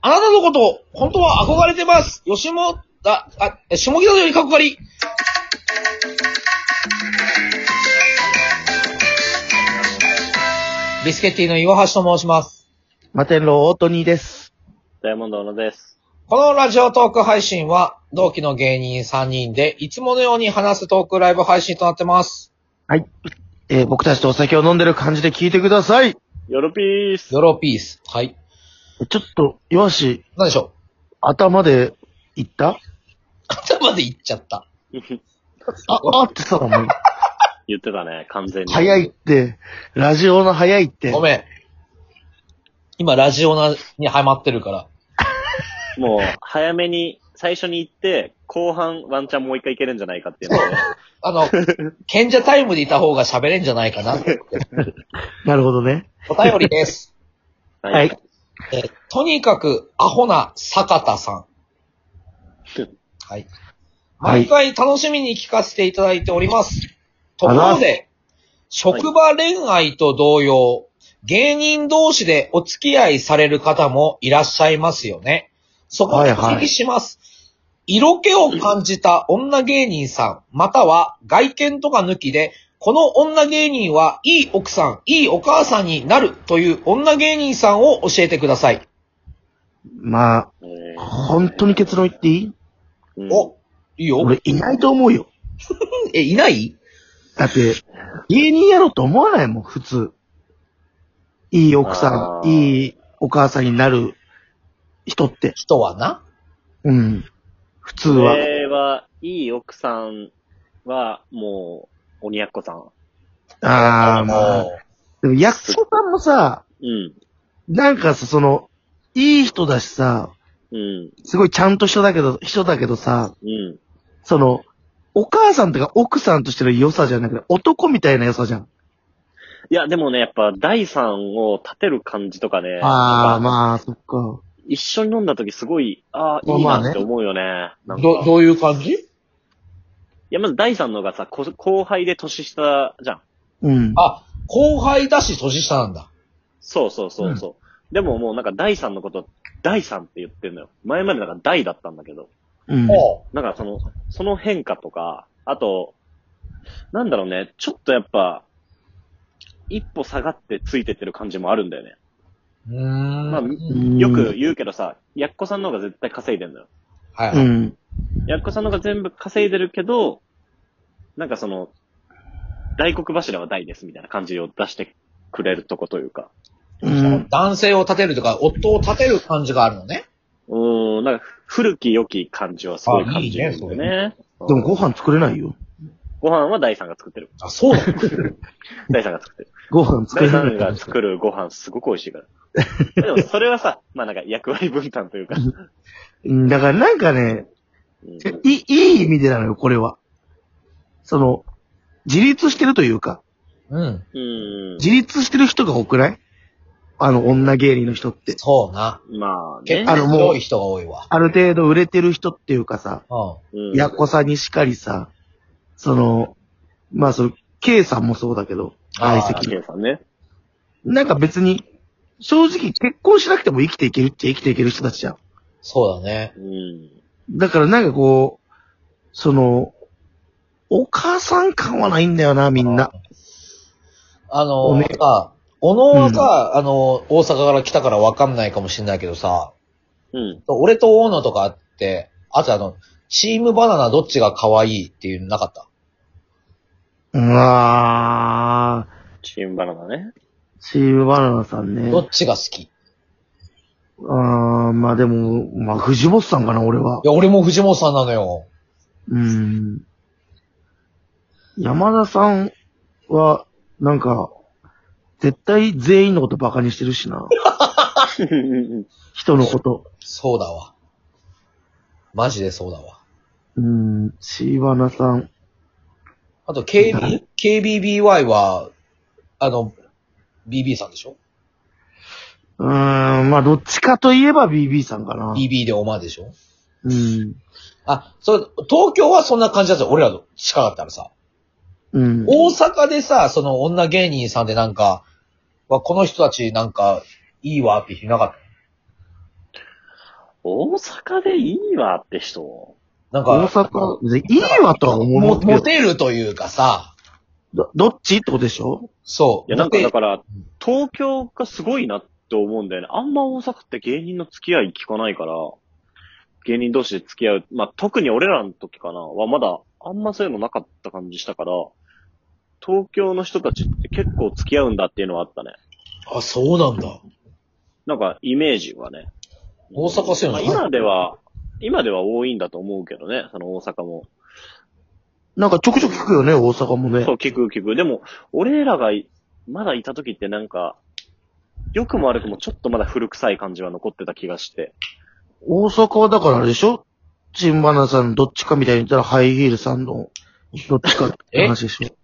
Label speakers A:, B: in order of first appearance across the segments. A: あなたのこと、本当は憧れてます。吉本、あ、あ、え下北沢よりかっこり。ビスケッティの岩橋と申します。
B: マテンロー大ニです。
C: ダイヤモンド小野です。
A: このラジオトーク配信は、同期の芸人3人で、いつものように話すトークライブ配信となってます。
B: はい。えー僕たちとお酒を飲んでる感じで聞いてください。
C: ヨロピース
A: ヨロピース。はい。
B: ちょっと、よし、
A: 何でしょう
B: 頭で言った
A: 頭で言っちゃった。
B: あ、あってさ、もう、
C: 言ってたね、完全 に。
B: 早いって、ラジオの早いって
A: ご。めん。今、ラジオなにハマってるから。
C: もう、早めに、最初に行って、後半ワンチャンもう一回行けるんじゃないかっていうので
A: あ の、賢者タイムでいた方が喋れんじゃないかな。
B: なるほどね。
A: お便りです。
B: は
C: はいい。
A: えーとにかくアホな坂田さん。はい。
B: はい
A: 毎回楽しみに聞かせていただいております。とこ
B: あら
A: ろで、職場恋愛と同様、芸人同士でお付き合いされる方もいらっしゃいますよね。そこにお聞きします。色気を感じた女芸人さん、または外見とか抜きで、この女芸人はいい奥さん、いいお母さんになるという女芸人さんを教えてください。
B: ま
C: え
B: あ、本当に結論言っていい
C: ーうん
A: お、いいよ。
B: 俺いないと思うよ。
A: え、いない
B: だって、芸人やろうと思わないもん、普通。いい奥さん、
C: あー
B: いいお母さんになる人って。
A: 人はな。
B: うん。普通
C: こ
B: は。
C: れは、いい奥さんは、もう、鬼奴さん。
B: ああ、も
A: う。
B: う。でも、役所さんもさ、
C: うん。
B: なんかさ、その、いい人だしさ、
C: うん。
B: すごいちゃんと人だけど、人だけどさ、
C: うん。
B: その、お母さんとか奥さんとしての良さじゃなくて、男みたいな良さじゃん。
C: いや、でもね、やっぱ、第三を立てる感じとかね。
B: あ
C: な
B: あ、
C: んか
B: まあ、そっか。
C: 一緒に飲んだ時すごい、ああ、
B: まあ
C: いい
B: まあ
C: な
B: ね
C: って思うよね。なんか
A: ど、どういう感じ
C: いや、まず第三のがさ、こ後輩で年下じゃん。
B: うん。
A: あ、後輩だし年下なんだ。
C: そうそうそうそう。でももうなんか第三のこと、第三って言ってんのよ。前までなんか第だったんだけど。
B: うん。
A: おう
C: なんかその、その変化とか、あと、なんだろうね、ちょっとやっぱ、一歩下がってついてってる感じもあるんだよね。
A: うー
C: まあ
A: ん。
C: よく言うけどさ、やっこさんの方が絶対稼いでんのよ。
A: は
B: う
A: い。
B: ん。
C: やっこさんの方が全部稼いでるけど、なんかその、大黒柱は大ですみたいな感じを出してくれるとこというか。
B: うん。
A: 男性を立てるとか、夫を立てる感じがあるのね。
C: うーん、なんか古き良き感じはすごい感じるんだよ
A: あ
C: ね。
B: でもご飯作れないよ。
C: ご飯は大さんが作ってる。
A: あ、そうなの
C: 大さんが作ってる。
B: ご飯作
C: 大
B: れ
C: さ
B: ない
C: ん。が作るご飯すごく美味しいから。 でもそれはさ、まあなんか役割分担というか。
B: うんだからなんかね、
C: うん
B: いい、いい意味でなのよ、これは。その、自立してるというか、
A: うん。
C: うん。
B: 自立してる人が多くないあの、女芸人の人って。
A: そうな。
C: まあ
A: 結
C: ね。
B: あの
A: 構
B: もう
A: 強い人が多いわ。
B: ある程度売れてる人っていうかさ、
A: う
C: うん
B: やっこさんにしかりさ、その、まあその、K さんもそうだけど、
A: あー
B: 相席の。
C: ケンさんね。
B: なんか別に、正直結婚しなくても生きていけるって生きていける人たちじゃん。
A: ん。そうだね。
C: うん。
B: だからなんかこう、その、お母さん感はないんだよな、みんな。
A: あ
B: お
A: の
B: め
A: ー、さ、小野はさ、あのー、大阪から来たからわかんないかもしれないけどさ、
C: うん。
A: 俺と大野とかあって、あとあの、チームバナナどっちが可愛いっていうのなかった
B: うわー、
C: チームバナナね。
B: チームバナナさんね。
A: どっちが好きい
B: あー、まあでも、まあ藤本さんかな、俺は。
A: や、俺も藤本さんなのよ。
B: うん。山田さんは、なんか、絶対全員のことバカにしてる しな。人のこと。
A: そうだわ。マジでそうだわ。
B: うん、椎花さん。
A: あと、KB、KBBY は、あの、BB さんでしょ
B: うーん、まあ、どっちかといえば BB さんかな。
A: ?BB でお前でしょ
B: うん。
A: あ、それ、東京はそんな感じだった俺らと近かったらさ。
B: うん。
A: 大阪でさ、その女芸人さんでなんか、わこの人たちなんか、いいわって人いなかっ
C: 大阪でいいわって人。
A: なん
B: 大
A: か、
B: 阪、でいいわとは思
A: も
B: うけど
A: モテるというかさ、
B: ど、どっちってことでしょ
A: そう。
C: いや、なんか
A: モテ
C: だから、東京がすごいなって思うんだよね。あんま大阪って芸人の付き合い聞かないから、芸人同士で付き合う。まあ、特に俺らの時かな、はまだあんまそういうのなかった感じしたから、東京の人たちって結構付き合うんだっていうのはあったね。
A: あ、そうなんだ。
C: なんか、イメージはね。
A: 大阪そう
C: まあ
A: いうの
C: 今では、今では多いんだと思うけどね、その大阪も。
B: なんかちょくちょく聞くよね、大阪もね
C: そ。う、聞く聞く。でも、俺らがいまだいた時ってなんか、良くも悪くもちょっとまだ古臭い感じは残ってた気がして。
B: 大阪はだからあれでしょチンバナさんどっちかみたいに言ったらハイヒールさんのどっちかって話でしょ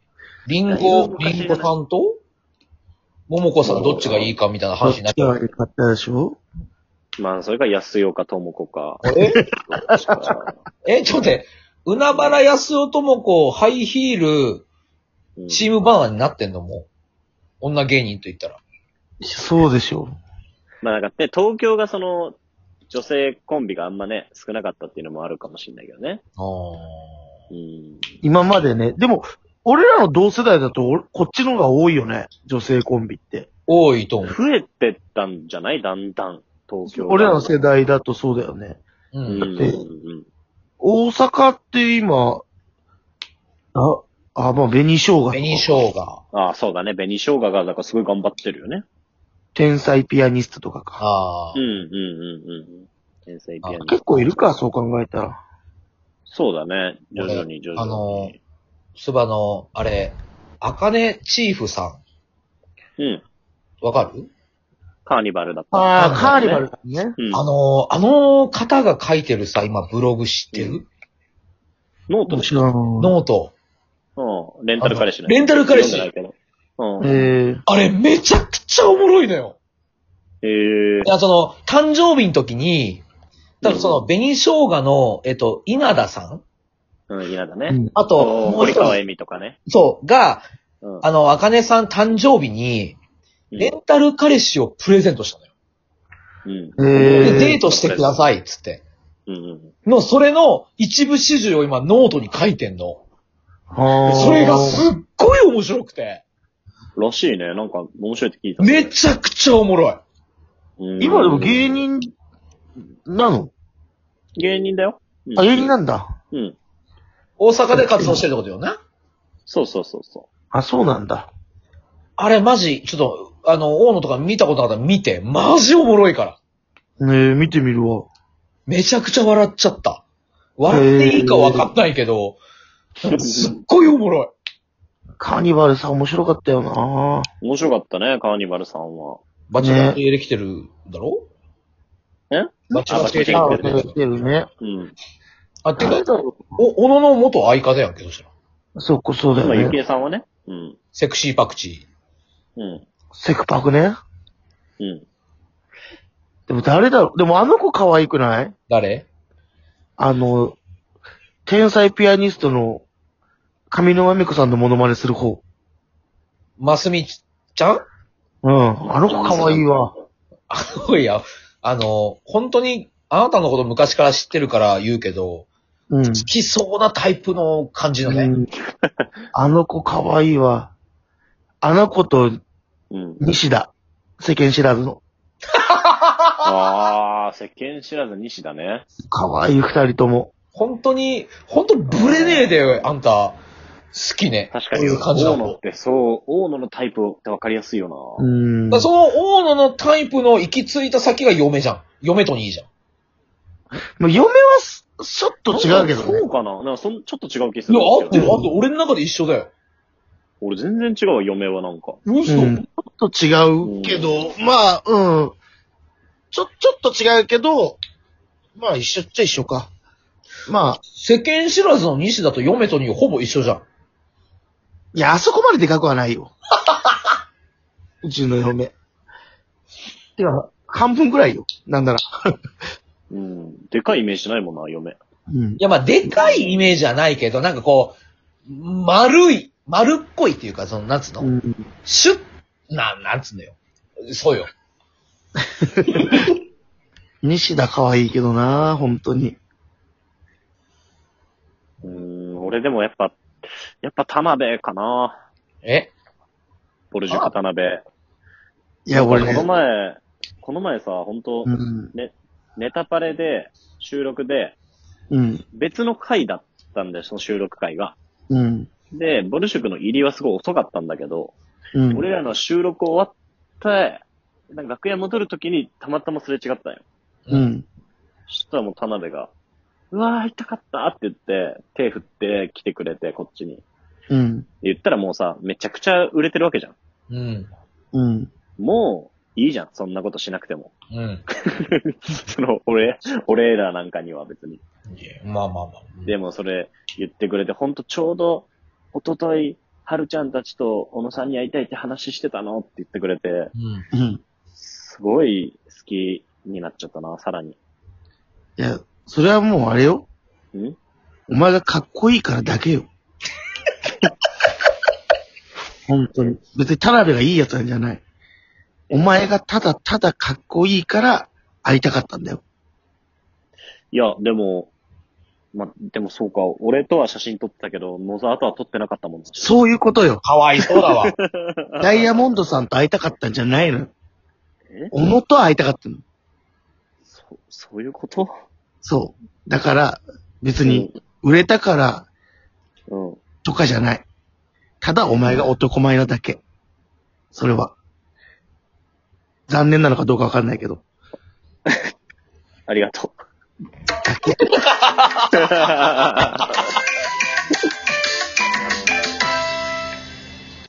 A: リン
C: いやい
A: ゴ
C: ろ、いろ
A: リンゴさんと、ももこさんどっちがいいかみたいな
B: どっ
A: 話
B: ち
A: になっち
B: が
A: ゃう。
B: 良かったでしょ
C: まあ、それか安岡智 子か。
A: え
C: どっちか
A: え、ちょっと待って、海原康夫ともこ、ハイヒール、
C: うん
A: チームバナナになってんのもう女芸人と言ったら。
B: そうでしょ
C: まあ、なんかね、東京がその、女性コンビがあんまね、少なかったっていうのもあるかもしれないけどね。
A: あー
C: うん。
B: 今までね。でも、俺らの同世代だと、おこっちの方が多いよね。女性コンビって。
A: 多いと思う。
C: 増えてったんじゃないだんだん、東京が。
B: 俺らの世代だとそうだよね。
A: う
C: うん。
A: ん。
C: うんうん
B: 大阪って今、あ、あ、まあ、紅生姜。
A: 紅生姜。
C: ああ、そうだね。紅生姜が、なんかすごい頑張ってるよね。
B: 天才ピアニストとかか。
A: ああ
C: うん、う。ん、うん、うん。天才ピアニスト
B: 結構いるか、そう考えたら。
C: そうだね。徐々に徐
A: あ
C: 々に。
A: のスバの、あれ、あかねチーフさ
C: うん。
A: ん。わかる
C: カーニバルだった。
B: ああ、
A: カ
B: カ
A: ー
B: ー
A: ニ
B: ニ
A: バ
B: バ
A: ル
B: ルだね。
C: うん。
A: あのー、あの方が書いてるさ、今ブログ知ってる、
C: ノート
B: も
C: で
B: ち
C: しょ。
B: ろん。
A: ノート。
C: うん。レンタル彼氏ね。
A: レンタル彼氏
C: 読んでないけど。うん。
B: えー、
A: あれ、めちゃくちゃおもろいのよ。
C: えー
A: い。や、その、誕生日の時に、多分その、紅生姜の、えっと、稲田さん
C: うん、嫌だ
B: う
C: ね。
B: ん
A: あと、もう
C: 森
A: 一
C: 川
A: 人、
C: 恵美とかね。
A: そう、が、
C: うん。
A: あの、あかねさん誕生日に、レンタル彼氏をプレゼントしたのよ。
C: うん。
B: え
A: で、
B: ー
A: デートしてください、つって。
C: うんうん。
A: の、それの一部始終を今、ノートに書いてんの。
B: は
A: それがすっごい面白くて、
C: らしいね。なんか、面白いって聞いた。
A: めちゃくちゃおもろい。
C: うん
B: 今でも芸人、なの
C: 芸人だよ。うん
B: あ、芸人なんだ。
C: うん。
A: 大阪で活動してるってことよな。
C: そうそうそうそ
B: あ、そうなんだ。
A: あれマジ、ちょっと、あの、大野とか見たことなかったら見て、マジおもろいから。
B: えー、見てみるわ。
A: めちゃくちゃ笑っちゃった。笑っていいか分かんないけど、すっごいおもろい。
B: カーニバルさん面白かったよな
C: う。面白かったね、カーニバルさんは。
A: バチェラー系できてるだろ
C: え
A: バチェラー系で
B: あ、
A: き
B: 忘
A: てる
B: れ
A: でしょ。
B: てるね。
C: うん。
A: あ、て
B: 誰
A: か、
B: だろ
A: お、小野の元相方やんけ、どしたら。
B: うそこそうだ
C: 今、
B: よ
C: ゆき
B: ね。
C: えさんはね。うん。
A: セクシーパクチ
C: うん。
B: セクパクね。
C: うん。
B: でも誰だろうでもあの子可愛くない
A: ー。誰
B: あの、天才ピアニストの上沼恵美子さんのモノマネする方。
A: マスミちゃん
B: うん。あの子可愛いわ。
A: あいや、あの、本当に、あなたのこと昔から知ってるから言うけど、
B: うん。
A: 好きそうなタイプの感じのね。
B: うんあの子可愛いわ。あの子と
C: うん。
B: 西田。世間知らずの。
C: ああ、世間知らず西だね。
B: 可愛い二人とも。
A: 本当に、本当ブレねえで、あんた、好きね。
C: 確か
A: こう
C: に、
A: いう感じな
C: 大野
A: の
C: っ。てそう、大野のタイプってわかりやすいよ
B: う
C: な。
B: ん。
A: だからその大野のタイプの行き着いた先が嫁じゃん。嫁とにいいじゃん。
B: まあ嫁はす、ちょっと違うけど
C: そ
B: ね。
C: うかななんかそん、ちょっと違う気す
A: い
C: る
A: や、
C: ん
A: 合
C: です
A: って
C: け
A: る、
C: ど。
A: 合ってる。俺の中で一緒だよ。
C: 俺全然違うわ、嫁はなんか。
A: 嘘、
B: うん。ちょっと違うけど、まあ、うん。ちょ、ちょっと違うけど、まあ一緒っちゃ一緒か。まあ、
A: 世間知らずの西田と嫁とにほぼ一緒じゃん。
B: いや、あそこまででかくはないよ。うちの嫁。てか、半分くらいよ。なんなら。
C: うん。でかいイメージないもんな、嫁。
B: うん
A: い。や、まあ、でかいイメージじゃないけど、なんかこう、丸い、丸っこいっていうか、その、なんつうの、
B: うん
A: シュッ、な、なんつうのよ。そうよ。
B: 西田可愛いけどな、本当に。
C: うーん、俺でもやっぱ、やっぱ田辺かな。
A: え
C: ボルジュク田辺。
B: いや、俺
C: この
B: ね。
C: 前、この前さ、本当、
B: うん。
C: ネタパレで、収録で、
B: うん。
C: 別の回だったんだよ、その収録回が。
B: うん。
C: で、ボルシュクの入りはすごい遅かったんだけど、
B: うん。
C: 俺らの収録終わって、なんか楽屋戻るときにたまたますれ違ったんよ。
B: うん。
C: そしたらもう田辺が、うわー、痛かったって言って、手振って来てくれて、こっちに。
B: うん。
C: 言ったらもうさ、めちゃくちゃ売れてるわけじゃん。
A: うん。
B: うん。
C: もう、いいじゃん、そんなことしなくても。
A: うん。
C: その、俺、俺らなんかには別に。
A: いやまあまあまあ。
C: でもそれ言ってくれて、ほんとちょうど、おととい、はるちゃんたちと小野さんに会いたいって話してたのって言ってくれて、
A: うん。
B: うん。
C: すごい好きになっちゃったな、さらに。
B: いや、それはもうあれよ。
C: ん
B: お前がかっこいいからだけよ。 本当に。別に田辺がいいやつなんじゃない。お前がただただかっこいいから会いたかったんだよ。
C: いや、でも、ま、でもそうか、俺とは写真撮ってたけど、野沢とは撮ってなかったもんな。
B: そういうことよ。
A: かわいそうだわ。
B: ダイヤモンドさんと会いたかったんじゃないのよ
C: え。
B: 小野と会いたかったの。
C: そ、そういうこと
B: そう。だから、別に、売れたから
C: うん。うん
B: とかじゃない。ただお前が男前なだけ。それは。残念なのかどうかわかんないけど。
C: あり がとう。
B: だけ。